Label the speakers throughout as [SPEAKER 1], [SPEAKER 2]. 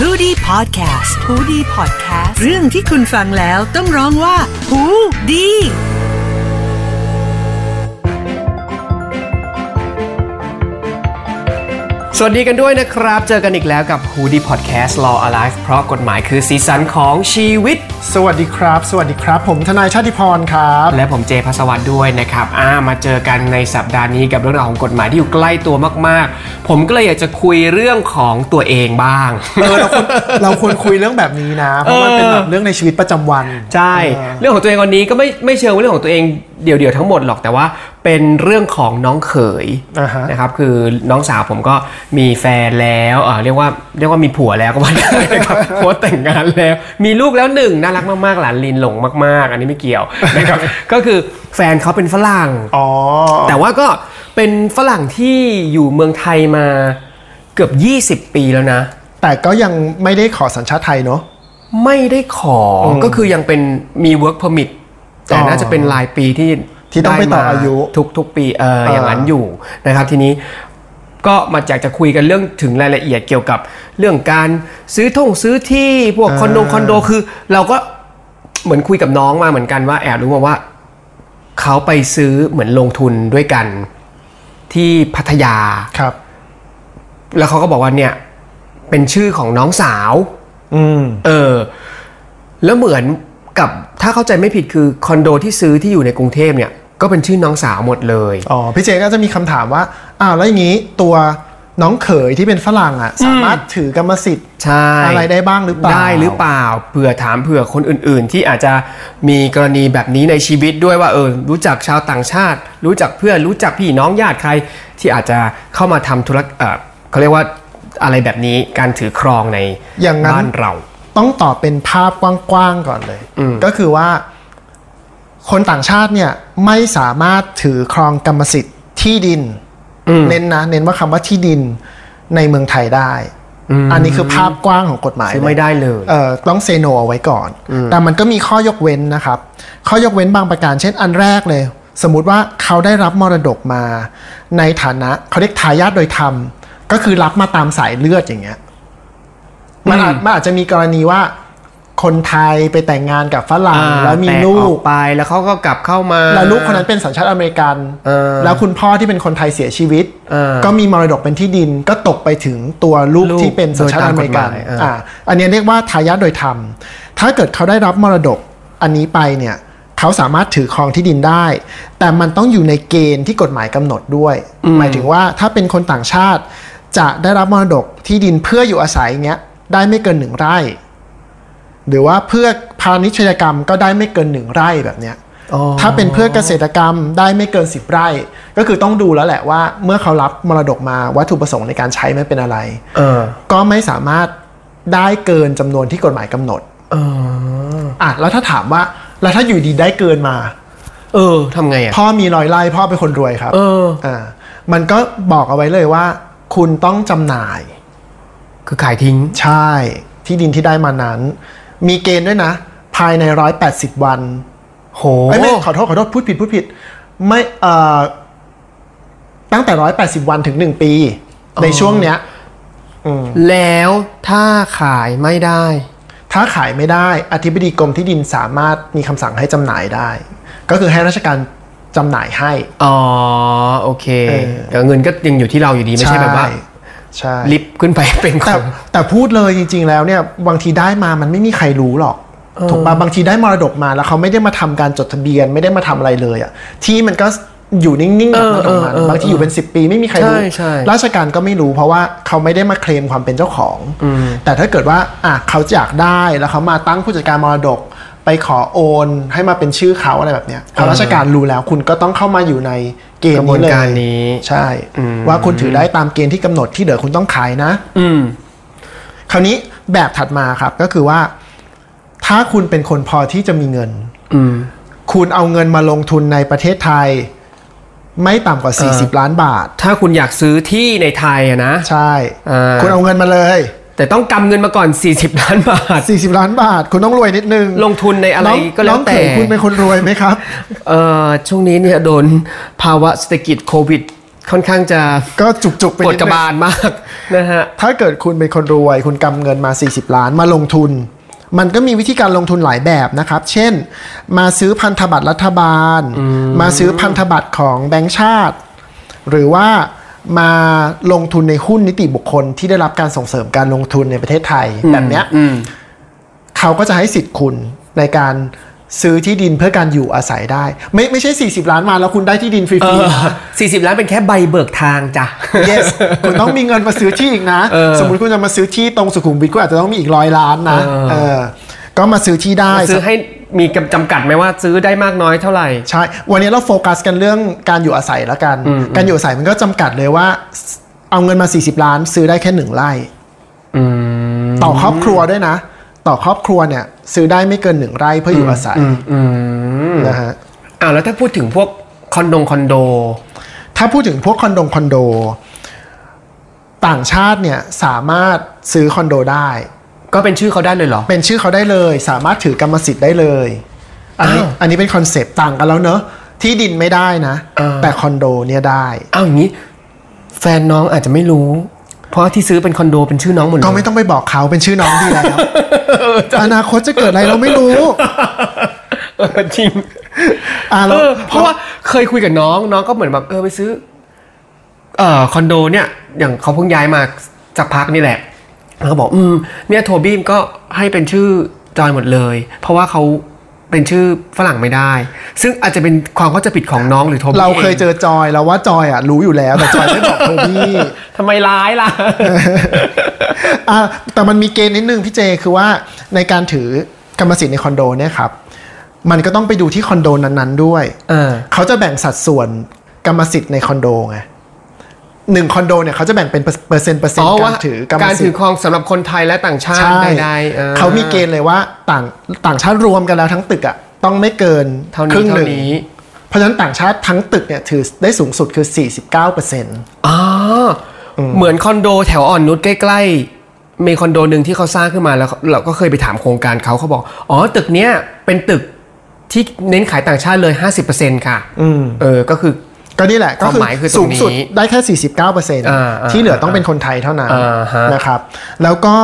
[SPEAKER 1] h o ดี้พอดแคสต์ฮูดี้พอดแคสต์เรื่องที่คุณฟังแล้วต้องร้องว่าหูดี
[SPEAKER 2] สวัสดีกันด้วยนะครับ เจอกันอีกแล้วกับ h o ดี้พอดแคสต์ Law Alive เพราะกฎหมายคือสีสันของชีวิต
[SPEAKER 3] สวัสดีครับ สวัสดีครับ ผมทนายชาติพรครับ
[SPEAKER 2] และผมเจพัสวัตด้วยนะครับอ่ามาเจอกันในสัปดาห์นี้กับเรื่องราวของกฎหมายที่อยู่ใกล้ตัวมาก ๆ ผมก็เลยอยากจะคุยเรื่องของตัวเองบ้าง
[SPEAKER 3] เออเราควร เราควรคุยเรื่องแบบนี้นะ เพราะมันเป็นแบบเรื่องในชีวิตประจำวัน
[SPEAKER 2] ใช่ เรื่องของตัวเองวันนี้ก็ไม่ไม่เชิงว่าเรื่องของตัวเองเดี่ยวๆทั้งหมดหรอกแต่ว่าเป็นเรื่องของน้องเขย
[SPEAKER 3] อ่าฮะ
[SPEAKER 2] นะครับคือน้องสาวผมก็มีแฟนแล้วเอ่อเรียกว่าเรียกว่ามีผัวแล้วก็ว่าได้นะครับ เพราะว่าแต่งงานแล้ว มีลูกแล้วหนึ่งน่ารักมากๆหลานลินหลงมากๆ อันนี้ไม่เกี่ยว นะครับ ก็คือแฟนเขาเป็นฝรั่ง
[SPEAKER 3] อ๋อ
[SPEAKER 2] แต่ว่าก็เป็นฝรั่งที่อยู่เมืองไทยมาเกือบ 20 ปีแล้วนะ
[SPEAKER 3] แต่ก็ยังไม่ได้ขอสัญชาติไทยเนอะ
[SPEAKER 2] ไม่ได้ขออก็คือยังเป็นมี work permit แต่
[SPEAKER 3] อ๋อ
[SPEAKER 2] น่าจะเป็นรายปีที่
[SPEAKER 3] ที่ต้องไปต่อ
[SPEAKER 2] ด้ม
[SPEAKER 3] อายุ
[SPEAKER 2] ทุกทุกปีเอออย่างนั้น
[SPEAKER 3] อ่า
[SPEAKER 2] อยู่นะครับทีนี้ก็มาจากจะคุยกันเรื่องถึงรายละเอียดเกี่ยวกับเรื่องการซื้อท่งซื้อที่พวกคอนโดคอนโดคือ เราก็เหมือนคุยกับน้องมาเหมือนกันว่าแอบรู้มาว่า เขาไปซื้อเหมือนลงทุนด้วยกันที่พัทยา
[SPEAKER 3] ครับ
[SPEAKER 2] แล้วเขาก็บอกว่าเนี่ยเป็นชื่อของน้องสาว
[SPEAKER 3] อืม
[SPEAKER 2] เออ แล้วเหมือนกับถ้าเข้าใจไม่ผิดคือคอนโดที่ซื้อที่อยู่ในกรุงเทพเนี่ย ก็เป็นชื่อน้องสาวหมดเลย
[SPEAKER 3] อ๋อ พี่เจก็จะมีคำถามว่า อ้าวแล้วอย่างนี้ตัวน้องเขยที่เป็นฝรั่งอ่ะ สามารถถือกรรมสิทธิ์
[SPEAKER 2] ใช่
[SPEAKER 3] อะไรได้บ้างหรือเปล่า
[SPEAKER 2] ได้หรือเปล่าเผื่อถามเผื่อคนอื่น ๆ ที่อาจจะมีกรณีแบบนี้ในชีวิตด้วยว่าเออรู้จักชาวต่างชาติ รู้จักเพื่อนรู้จักพี่น้องญาติใคร ที่อาจจะเข้ามาทำธุรกเออเขาเรียกว่าอะไรแบบนี้การถือครองใน
[SPEAKER 3] อย่างนั้น
[SPEAKER 2] บ้านเรา
[SPEAKER 3] ต้องตอบเป็นภาพกว้างๆก่อนเลย ก็คือว่า คนต่างชาติเนี่ยไม่สามารถถือครองกรรมสิทธิ์ที่ดิน เน้นนะ เน้นว่าคำว่าที่ดินในเมืองไทยได้ อันนี้คือภาพกว้างของกฎหมาย
[SPEAKER 2] ซื้อไม่ได้เลย
[SPEAKER 3] เอ่อต้องเซโนเอาไว้ก่อน แต่มันก็มีข้อยกเว้นนะครับ ข้อยกเว้นบางประการ เช่นอันแรกเลย สมมุติว่าเขาได้รับมรดกมา ในฐานะเขาเรียกทายาทโดยธรรม ก็คือรับมาตามสายเลือดอย่างเงี้ย มันอาจมันอาจจะมีกรณีว่า คนไทยไปแต่งงานกับฝรั่ง
[SPEAKER 2] อ่า
[SPEAKER 3] แล้วมี
[SPEAKER 2] ตอ
[SPEAKER 3] ลู
[SPEAKER 2] อก ไปแล้วเขาก็กลับเข้ามา
[SPEAKER 3] แล้วลูกคนนั้นเป็นสัญชาติอเมริกัน
[SPEAKER 2] เออ
[SPEAKER 3] แล้วคุณพ่อที่เป็นคนไทยเสียชีวิต
[SPEAKER 2] เออ
[SPEAKER 3] ก็มีมรดกเป็นที่ดิน ก็ตกไปถึงตัวลูก
[SPEAKER 2] ลูก
[SPEAKER 3] ที่เป็นสัญชาติอเมริกัน
[SPEAKER 2] โดยตามกฎหมายเอออ่
[SPEAKER 3] ะอันเนี้ยเรียกว่าทายาทโดยธรรม ถ้าเกิดเขาได้รับมรดกอันนี้ไปเนี่ย เขาสามารถถือครองที่ดินได้ แต่มันต้องอยู่ในเกณฑ์ที่กฎหมายกำหนดด้วย หมายถึงว่าถ้าเป็นคนต่างชาติ จะได้รับมรดกที่ดินเพื่ออยู่อาศัยอย่างเงี้ย ได้ไม่เกินหนึ่งไร่ หรือว่าเพื่อพาณิชยกรรมก็ได้ไม่เกินหนึ่งไร่แบบเนี้ย
[SPEAKER 2] อ๋อ
[SPEAKER 3] ถ้าเป็นเพื่อเกษตรกรรมได้ไม่เกิน 10 ไร่ ก็คือต้องดูแล้วแหละว่า เมื่อเขารับมรดกมาวัตถุประสงค์ในการใช้ไม่เป็นอะไร
[SPEAKER 2] เออ
[SPEAKER 3] ก็ไม่สามารถได้เกินจำนวนที่กฎหมายกำหนด
[SPEAKER 2] เออ
[SPEAKER 3] อ่ะแล้วถ้าถามว่าแล้วถ้าอยู่ดีได้เกินมา
[SPEAKER 2] เออทำไงอ่ะ
[SPEAKER 3] พ่อมีร้อยไร่พ่อเป็นคนรวยครับ
[SPEAKER 2] เออ
[SPEAKER 3] อ่ามันก็บอกเอาไว้เลยว่า คุณต้องจำหน่าย
[SPEAKER 2] คือขายทิ้ง
[SPEAKER 3] ใช่ ที่ดินที่ได้มานั้น มีเกณฑ์ด้วยนะ ภายใน 180 วัน
[SPEAKER 2] โห
[SPEAKER 3] เอ้ยไม่ขอโทษขอโทษพูดผิดพูดผิด ไม่เอ่อตั้งแต่ร้อยแปดสิบวันถึงหนึ่งปี ในช่วงเนี้ย
[SPEAKER 2] แล้วถ้าขายไม่ได้
[SPEAKER 3] ถ้าขายไม่ได้อธิบดีกรมที่ดินสามารถมีคำสั่งให้จำหน่ายได้ ก็คือให้ราชการจำหน่ายให้
[SPEAKER 2] อ๋อ โอเค
[SPEAKER 3] เออ
[SPEAKER 2] แต่เงินก็ยังอยู่ที่เราอยู่ดีไม่ใช่แบบว่า
[SPEAKER 3] ใช่
[SPEAKER 2] ลิฟต์ขึ้นไปเป็นข
[SPEAKER 3] แต่
[SPEAKER 2] อง
[SPEAKER 3] แต่พูดเลยจริง ๆ แล้วเนี่ยบางทีได้มามันไม่มีใครรู้หรอก ถูกปะบางทีได้มรดกมาแล้วเขาไม่ได้มาทำการจดทะเบียนไม่ได้มาทำอะไรเลยอะที่มันก็อยู่นิ่งๆแบบนั้นของมันบางทีอยู่เป็น 10 ปีไม่มีใครรู้
[SPEAKER 2] ใช่ใช่
[SPEAKER 3] ราชการก็ไม่รู้เพราะว่าเขาไม่ได้มาเคลมความเป็นเจ้าของ แต่ถ้าเกิดว่าอ่ะเขาอยากได้แล้วเขามาตั้งผู้จัดการมรดก ไปขอโอนให้มาเป็นชื่อเขาอะไรแบบเนี้ยพอราชการรู้แล้วคุณก็ต้องเข้ามาอยู่ในเกณฑ์
[SPEAKER 2] กระ
[SPEAKER 3] นี้
[SPEAKER 2] บว
[SPEAKER 3] เล
[SPEAKER 2] น
[SPEAKER 3] ย
[SPEAKER 2] การนี้
[SPEAKER 3] ใช่ ว่าคุณถือได้ตามเกณฑ์ที่กำหนดที่เดี๋ยวคุณต้องขายนะ
[SPEAKER 2] อืม
[SPEAKER 3] คราวนี้แบบถัดมาครับก็คือว่า ถ้าคุณเป็นคนพอที่จะมีเงิน
[SPEAKER 2] อืม
[SPEAKER 3] คุณเอาเงินมาลงทุนในประเทศไทย ไม่ต่ำกว่า
[SPEAKER 2] เออ
[SPEAKER 3] 40 ล้านบาท
[SPEAKER 2] ถ้าคุณอยากซื้อที่ในไทยอะนะ
[SPEAKER 3] ใช่
[SPEAKER 2] เออ
[SPEAKER 3] คุณเอาเงินมาเลย
[SPEAKER 2] แต่ต้องกำเงินมาก่อน 40 ล้านบาท
[SPEAKER 3] 40 ล้านบาท คุณต้องรวยนิดนึง
[SPEAKER 2] ลงทุนในอะไร
[SPEAKER 3] น้ง
[SPEAKER 2] ก็แล้วแต่
[SPEAKER 3] น้องเขยคุณเป็นคนรวยไหมครับ
[SPEAKER 2] เอ่อช่วงนี้เนี่ยโดนภาวะเศรษฐกิจโควิด ค่อนข้างจะ
[SPEAKER 3] ก็จุกๆไป
[SPEAKER 2] ปวด
[SPEAKER 3] นิด
[SPEAKER 2] กระ
[SPEAKER 3] นึง
[SPEAKER 2] บาลมากนะฮะ
[SPEAKER 3] ถ้าเกิดคุณเป็นคนรวย คุณกำเงินมา 40 ล้านมาลงทุน มันก็มีวิธีการลงทุนหลายแบบนะครับ เช่น มาซื้อพันธบัตรรัฐบาล มาซื้อพันธบัตรของแบงก์ชาติ หรือว่ามาลงทุนในหุ้นนิติบุคคลที่ได้รับการส่งเสริมการลงทุนในประเทศไทยแบบเนี้ยเขาก็จะให้สิทธิ์คุณในการซื้อที่ดินเพื่อการอยู่อาศัยได้ ไม่ไม่ใช่ 40 ล้านมาแล้วคุณได้ที่ดินฟรี
[SPEAKER 2] เอ
[SPEAKER 3] ๆ
[SPEAKER 2] อ
[SPEAKER 3] นะ
[SPEAKER 2] 40 ล้านเป็นแค่ใบเบิกทางจ้ะ
[SPEAKER 3] yes คุณต้องมีเงินมาซื้อที่อีกนะ สมมุติคุณจะมาซื้อที่ตรงสุขุมวิทคุณอาจจะต้องมีอีกร้อยล้านนะเออก็มาซื้อที่ได้
[SPEAKER 2] ซื้อให้มีกำจำกัดไหมว่าซื้อได้มากน้อยเท่าไหร่
[SPEAKER 3] ใช่ วันนี้เราโฟกัสกันเรื่องการอยู่อาศัยละกัน การอยู่อาศัยมันก็จำกัดเลยว่า เอาเงินมา 40 ล้าน ซื้อได้แค่หนึ่งไร่ต่อครอบครัวด้วยนะ ต่อครอบครัวเนี่ย ซื้อได้ไม่เกินหนึ่งไร่เพื่ออยู่อาศัยนะฮะ
[SPEAKER 2] อ่าแล้วถ้าพูดถึงพวกคอนโดงคอนโด
[SPEAKER 3] ถ้าพูดถึงพวกคอนโดคอนโด ต่างชาติเนี่ยสามารถซื้อคอนโดได้
[SPEAKER 2] ก็เป็นชื่อเขาได้เลยเหรอ
[SPEAKER 3] เป็นชื่อเขาได้เลย สามารถถือกรรมสิทธิ์ได้เลย อันนี้
[SPEAKER 2] อ้าว
[SPEAKER 3] อันนี้เป็นคอนเซปต์ต่างกันแล้วเนอะที่ดินไม่ได้นะ
[SPEAKER 2] เออ
[SPEAKER 3] แต่คอนโดเนี่ยได้
[SPEAKER 2] เอาอย่างนี้ แฟนน้องอาจจะไม่รู้ เพราะที่ซื้อเป็นคอนโดเป็นชื่อน้องหมดเลย
[SPEAKER 3] ก็ไม่ต้องไปบอกเขาเป็นชื่อน้องดี แล้ว อนาคตจะเกิดอะไรเราไม่รู้
[SPEAKER 2] เออจริง
[SPEAKER 3] อ่า
[SPEAKER 2] เอ
[SPEAKER 3] เรา
[SPEAKER 2] อเพราะว่าเคยคุยกับน้องน้องก็เหมือนแบบเออไปซื้อเอ่อคอนโดเนี่ย อย่างเขาเพิ่งย้ายมาสักพักนี่แหละแล้วก็บอกอืมเนี่ยโทบี้มก็ให้เป็นชื่อจอยหมดเลย เพราะว่าเขาเป็นชื่อฝรั่งไม่ได้ ซึ่งอาจจะเป็นความเข้าใจผิดของน้องหรือโทบี้
[SPEAKER 3] เราเคยเจ
[SPEAKER 2] อง
[SPEAKER 3] อจอยแล้วว่าจอยอ่ะรู้อยู่แล้วแต่จอยไม่บอกโทบี้
[SPEAKER 2] ทำไมร้ายล่ะ
[SPEAKER 3] อ่ะแต่มันมีเกณฑ์นิดนึงพี่เจคือว่าในการถือกรรมสิทธิ์ในคอนโดเนี่ยครับ มันก็ต้องไปดูที่คอนโดนั้นๆด้วย
[SPEAKER 2] เออ
[SPEAKER 3] เขาจะแบ่งสัดส่วนกรรมสิทธิ์ในคอนโดไงหนึ่งคอนโดเนี่ยเขาจะแบ่งเป็นเปอร์เปอร์เซ็นต์เปอร์เซ็น
[SPEAKER 2] อ๋อ
[SPEAKER 3] ต์กา
[SPEAKER 2] ว่าร
[SPEAKER 3] ถือกรรม
[SPEAKER 2] การ
[SPEAKER 3] สิ
[SPEAKER 2] ถือ
[SPEAKER 3] ทธิ์
[SPEAKER 2] ครองสำหรับคนไทยและต่างชาติ
[SPEAKER 3] ใช่
[SPEAKER 2] ใดๆออ
[SPEAKER 3] เขามีเกณฑ์เลยว่าต่างต่างชาติรวมกันแล้วทั้งตึกอ่ะต้องไม่เกิน
[SPEAKER 2] เท่านี้
[SPEAKER 3] ครึ่งหนึ่ง
[SPEAKER 2] เท่านี้
[SPEAKER 3] เพราะฉะนั้นต่างชาติทั้งตึกเนี่ยถือได้สูงสุดคือ 49เปอร์เซ็นต์
[SPEAKER 2] อ๋ออเหมือนคอนโดแถวอ่อนนุชใกล้ๆ มีคอนโดหนึ่งที่เขาสร้างขึ้นมาแล้ว เราก็เคยไปถามโครงการเขาเขาบอก อ๋อ ตึกเนี้ยเป็นตึกที่เน้นขายต่างชาติเลย 50%ค่ะเออ ก็คือ
[SPEAKER 3] ก็นี่แหละก็
[SPEAKER 2] ความหมายคือตรงนี้
[SPEAKER 3] สูงสุดได้แค่ 49เปอร์เซ็นต์
[SPEAKER 2] อ่าอ่า
[SPEAKER 3] ที่เหลือต้องเป็นคนไทยเท่านั้น
[SPEAKER 2] อ่าฮะ
[SPEAKER 3] นะครับแล้วก็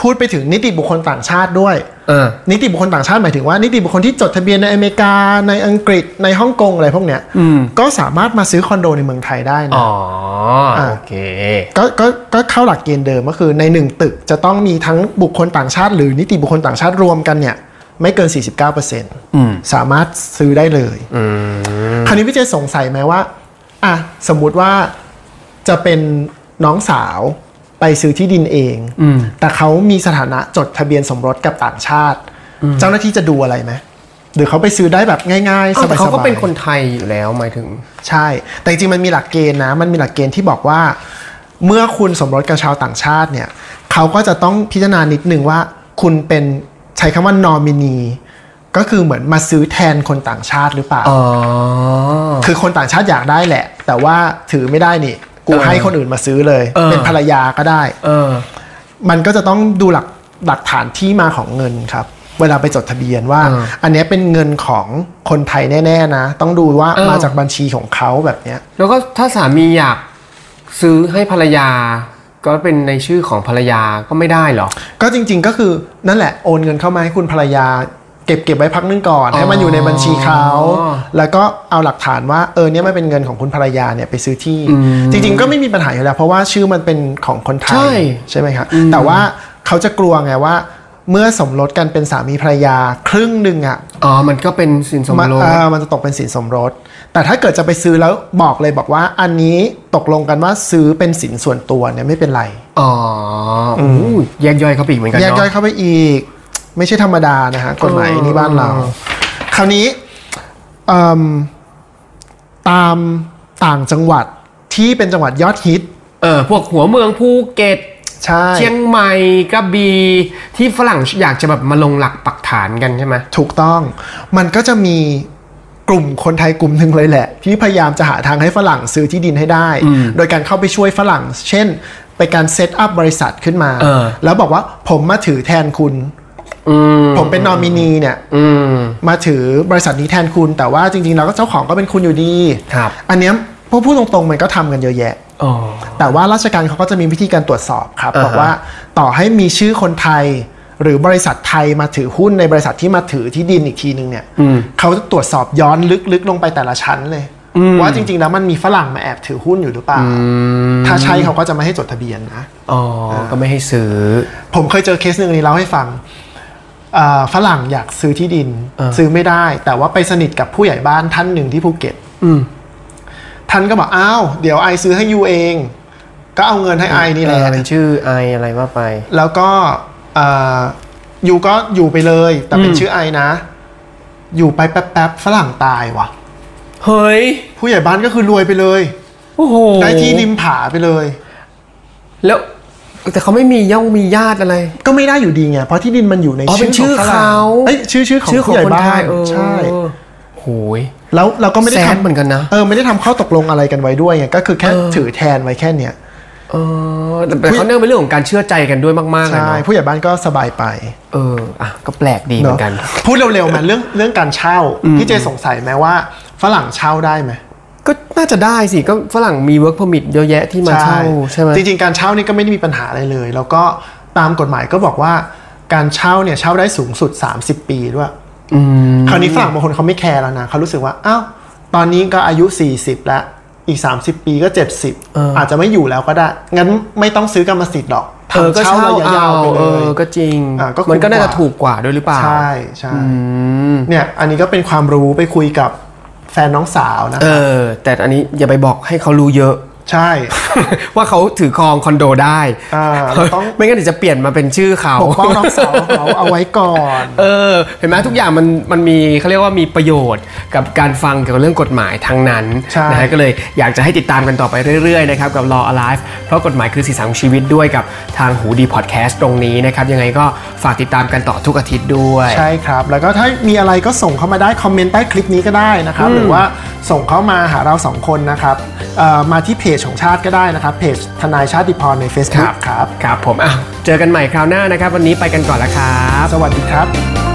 [SPEAKER 3] พูดไปถึงนิติบุคคลต่างชาติด้วย
[SPEAKER 2] เออ
[SPEAKER 3] นิติบุคคลต่างชาติหมายถึงว่านิติบุคคลที่จดทะเบียนในอเมริกาในอังกฤษในฮ่องกงอะไรพวกเนี้ยก็สามารถมาซื้อคอนโดในเมืองไทยได้นะ
[SPEAKER 2] อ๋อ
[SPEAKER 3] อ่ะ
[SPEAKER 2] โอเค
[SPEAKER 3] ก็ก็ก็เข้าหลักเกณฑ์เดิมก็คือในหนึ่งตึกจะต้องมีทั้งบุคคลต่างชาติ หรือนิติบุคคลต่างชาติรวมกันเนี่ยไม่เกิน 49%สามารถซื้อได้เลยคราวนี้พี่เจสงสัยไหมว่าอ่ะสมมุติว่าจะเป็นน้องสาวไปซื้อที่ดินเอง แต่เขามีสถานะจดทะเบียนสมรสกับต่างชาติ เจ้าหน้าที่จะดูอะไรไหมหรือเขาไปซื้อได้แบบง่าย ๆ ส
[SPEAKER 2] แต่
[SPEAKER 3] บายๆ
[SPEAKER 2] เขาก็เป็นคนไทยอยู่แล้วหมายถึง
[SPEAKER 3] ใช่ แต่จริงๆ มันมีหลักเกณฑ์นะ มันมีหลักเกณฑ์ที่บอกว่า เมื่อคุณสมรสกับชาวต่างชาติเนี่ย เขาก็จะต้องพิจารณานิดนึงว่า คุณเป็นใช้คำว่านอมินี ก็คือเหมือนมาซื้อแทนคนต่างชาติหรือเปล่า
[SPEAKER 2] อ๋อ
[SPEAKER 3] คือคนต่างชาติอยากได้แหละ แต่ว่าถือไม่ได้นี่ กู
[SPEAKER 2] เออ
[SPEAKER 3] ให้คนอื่นมาซื้อเลย
[SPEAKER 2] เออ
[SPEAKER 3] เป็นภรรยาก็ได้
[SPEAKER 2] เออ
[SPEAKER 3] มันก็จะต้องดูหลักหลักฐานที่มาของเงินครับ เวลาไปจดทะเบียนว่า
[SPEAKER 2] อ่า
[SPEAKER 3] อันเนี้ยเป็นเงินของคนไทยแน่ ๆ นะ ต้องดูว่า
[SPEAKER 2] เออ
[SPEAKER 3] มาจากบัญชีของเขาแบบเนี้ย
[SPEAKER 2] แล้วก็ถ้าสามีอยากซื้อให้ภรรยา ก็เป็นในชื่อของภรรยาก็ไม่ได้เหรอ
[SPEAKER 3] ก็จริงๆก็คือนั่นแหละโอนเงินเข้ามาให้คุณภรรยา เก็บเก็บไว้พักนึงก่อน ให้มันอยู่ในบัญชีเขา
[SPEAKER 2] อ๋อ
[SPEAKER 3] แล้วก็เอาหลักฐานว่าเออเนี่ยมันเป็นเงินของคุณภรรยาเนี่ยไปซื้อที่ จริง ๆ ก็ไม่มีปัญหาอยู่แล้ว เพราะว่าชื่อมันเป็นของคนไท
[SPEAKER 2] ใช่
[SPEAKER 3] ยใช่ไหมครับแต่ว่าเขาจะกลัวไงว่า เมื่อสมรสกันเป็นสามีภรรยาครึ่งหนึ่งอ่ะ
[SPEAKER 2] อ๋อ มันก็เป็นสินสม
[SPEAKER 3] มัน
[SPEAKER 2] รส
[SPEAKER 3] เออมันจะตกเป็นสินสมรส แต่ถ้าเกิดจะไปซื้อแล้วบอกเลยบอกว่า อันนี้ตกลงกันว่าซื้อเป็นสินส่วนตัวเนี่ยไม่เป็นไร
[SPEAKER 2] อ๋ออู้แยกย่อยเขาปีกเหมือนกัน
[SPEAKER 3] แยกย่อย
[SPEAKER 2] เนาะ
[SPEAKER 3] เข้าไปอีก ไม่ใช่ธรรมดานะฮะกฎหมาย
[SPEAKER 2] เออ
[SPEAKER 3] นี้บ้านเรา คราวนี้เอิ่มตามต่างจังหวัดที่เป็นจังหวัดยอดฮิต
[SPEAKER 2] เออ พวกหัวเมืองภูเก็ต
[SPEAKER 3] ใช่
[SPEAKER 2] เชียงใหม่กระบี่ที่ฝรั่งอยากจะแบบมาลงหลักปักฐานกันใช่ไหม
[SPEAKER 3] ถูกต้อง มันก็จะมีกลุ่มคนไทยกลุ่มหนึ่งเลยแหละ ที่พยายามจะหาทางให้ฝรั่งซื้อที่ดินให้ได้ โดยการเข้าไปช่วยฝรั่ง เช่น ไปการเซตอัพบริษัทขึ้นมา
[SPEAKER 2] เออ
[SPEAKER 3] แล้วบอกว่าผมมาถือแทนคุณ
[SPEAKER 2] อืม
[SPEAKER 3] ผมเป็นนอมินีเนี่ย
[SPEAKER 2] อืม
[SPEAKER 3] มาถือบริษัทนี้แทนคุณแต่ว่าจริงๆแล้วก็เจ้าของก็เป็นคุณอยู่ดี
[SPEAKER 2] ครับ
[SPEAKER 3] อันเนี้ย พวกพูดตรงๆมันก็ทำกันเยอะแยะ
[SPEAKER 2] อ๋อ
[SPEAKER 3] แต่ว่าราชการเขาก็จะมีวิธีการตรวจสอบครับ
[SPEAKER 2] อ่าฮะ
[SPEAKER 3] บอกว่าต่อให้มีชื่อคนไทย หรือบริษัทไทยมาถือหุ้นในบริษัทที่มาถือที่ดินอีกทีนึงเนี่ย
[SPEAKER 2] อืม
[SPEAKER 3] เขาจะตรวจสอบย้อนลึกๆลงไปแต่ละชั้นเลย ว่าจริงๆแล้วมันมีฝรั่งมาแอบถือหุ้นอยู่หรือเปล่า
[SPEAKER 2] ม
[SPEAKER 3] ถ้าใช่เขาก็จะไม่ให้จดทะเบียนนะ
[SPEAKER 2] อ๋อก็ไม่ให้ซื้อ
[SPEAKER 3] ผมเคยเจอเคสหนึ่งอันนี้เล่าให้ฟังเอ่อฝรั่งอยากซื้อที่ดิน
[SPEAKER 2] เออ
[SPEAKER 3] ซื้อไม่ได้ แต่ว่าไปสนิทกับผู้ใหญ่บ้านท่านหนึ่งที่ภูเก็ต
[SPEAKER 2] อืม
[SPEAKER 3] ท่านก็บอกอ้าวเดี๋ยวไอซื้อให้ยูเอง ก็เอาเงินให้ไอนี่แหละ
[SPEAKER 2] เเป็นชื่อไออะไรว่าไป
[SPEAKER 3] แล้วก็เอ่ออยู่ก็อยู่ไปเลย แต่เป็น
[SPEAKER 2] อืม
[SPEAKER 3] ชื่อไอนะ อยู่ไปแป๊บๆฝรั่งตายว่ะ
[SPEAKER 2] เฮ้ย
[SPEAKER 3] ผู้ใหญ่บ้านก็คือรวยไปเลย
[SPEAKER 2] โอ้โห
[SPEAKER 3] ได้ที่ริมผาไปเลย
[SPEAKER 2] แล้ว แต่เขาไม่มีย่องมีญาติอะไร
[SPEAKER 3] ก็ไม่ได้อยู่ดีไงเพราะที่ดินมันอยู่ใน
[SPEAKER 2] อ๋อเป็นชื่อ
[SPEAKER 3] ของฝรั่ง
[SPEAKER 2] เขา
[SPEAKER 3] เอ้ยชื่อชื่อของผู้ใหญ่บ้าน
[SPEAKER 2] เออ
[SPEAKER 3] ใช่
[SPEAKER 2] โอ้ย
[SPEAKER 3] แล้วเราก็ไม่ได้
[SPEAKER 2] แซด
[SPEAKER 3] ทำ
[SPEAKER 2] เหมือนกันนะ
[SPEAKER 3] เออไม่ได้ทำข้อตกลงอะไรกันไว้ด้วยไงก็คือแค่
[SPEAKER 2] เออ
[SPEAKER 3] ถือแทนไว้แค่เนี้ย
[SPEAKER 2] เออแต่แต่เขาเนื่องเป็นเรื่องของการเชื่อใจกันด้วยมากๆเลย
[SPEAKER 3] ใช่
[SPEAKER 2] เนาะ
[SPEAKER 3] ผู้ใหญ่บ้านก็สบายไป
[SPEAKER 2] เอออ่ะก็แปลกดีเหมือนกัน
[SPEAKER 3] เอะพูดเร็วๆมาเรื่องเรื่องการเช่า พี่เจสงสัยไหมว่าฝรั่งเช่าได้ไหม
[SPEAKER 2] ก็น่าจะได้สิ ก็ฝรั่งมี work permit เยอะแยะที่มาเช่าใช่ไหม
[SPEAKER 3] จริงๆการเช่านี่ก็ไม่ได้มีปัญหาอะไรเลย แล้วก็ตามกฎหมายก็บอกว่าการเช่าเนี่ยเช่าได้สูงสุด 30 ปีด้วย
[SPEAKER 2] อืม
[SPEAKER 3] คราวนี้ฝรั่งบางคนเขาไม่แคร์แล้วนะเขารู้สึกว่าอ้าวตอนนี้ก็อายุ 40 แล้วอีก 30 ปีก็ 70
[SPEAKER 2] เอออ
[SPEAKER 3] อาจจะไม่อยู่แล้วก็ได้ งั้นไม่ต้องซื้อกรรมสิทธิ์หรอก
[SPEAKER 2] เออ
[SPEAKER 3] ทำ
[SPEAKER 2] ก็
[SPEAKER 3] เช่า
[SPEAKER 2] เช่า
[SPEAKER 3] ระยะยาวไปเล
[SPEAKER 2] เออย ก็จริง
[SPEAKER 3] อ่ะก็คุ้ม
[SPEAKER 2] มันก็น่าจะ
[SPEAKER 3] กว่า
[SPEAKER 2] ถูกกว่าด้วยหรือเปล่า
[SPEAKER 3] ใช่ใช่
[SPEAKER 2] อืม
[SPEAKER 3] เนี่ยอันนี้ก็เป็นความรู้ไปคุยกับแฟนน้องสาวนะ
[SPEAKER 2] เออ แต่อันนี้อย่าไปบอกให้เขารู้เยอะ
[SPEAKER 3] ใช่
[SPEAKER 2] ว่าเขาถือครองคอนโดได้
[SPEAKER 3] อ่าเราต้อง
[SPEAKER 2] ไม่งั้นเดี๋ยวจะเปลี่ยนมาเป็นชื่อเขา
[SPEAKER 3] ปกป้องน้องสาวของเราเอาไว้ก่อน
[SPEAKER 2] เออ เห็นไหมทุกอย่างมันมันมีเขาเรียกว่ามีประโยชน์กับการฟังเกี่ยวกับเรื่องกฎหมายทั้งนั้น
[SPEAKER 3] ใช่
[SPEAKER 2] นะฮะก็เลยอยากจะให้ติดตามกันต่อไปเรื่อยๆนะครับกับ Law Alive เพราะกฎหมายคือสีสันของชีวิตด้วยกับทางหูดีพอดแคสต์ตรงนี้นะครับ ยังไงก็ฝากติดตามกันต่อทุกอาทิตย์ด้วย
[SPEAKER 3] ใช่ครับ แล้วก็ถ้ามีอะไรก็ส่งเข้ามาได้ คอมเมนต์ใต้คลิปนี้ก็ได้นะครับ หรือว่าส่งเข้ามาหาเราสองคนนะครับเอ่อมาที่เพจของชาติก็ได้นะครับ เพจทนายชาติพรใน Facebook ครับ
[SPEAKER 2] ครับผมอ่ะเจอกันใหม่คราวหน้านะครับ วันนี้ไปกันก่อนละครับ
[SPEAKER 3] สวัสดีครับ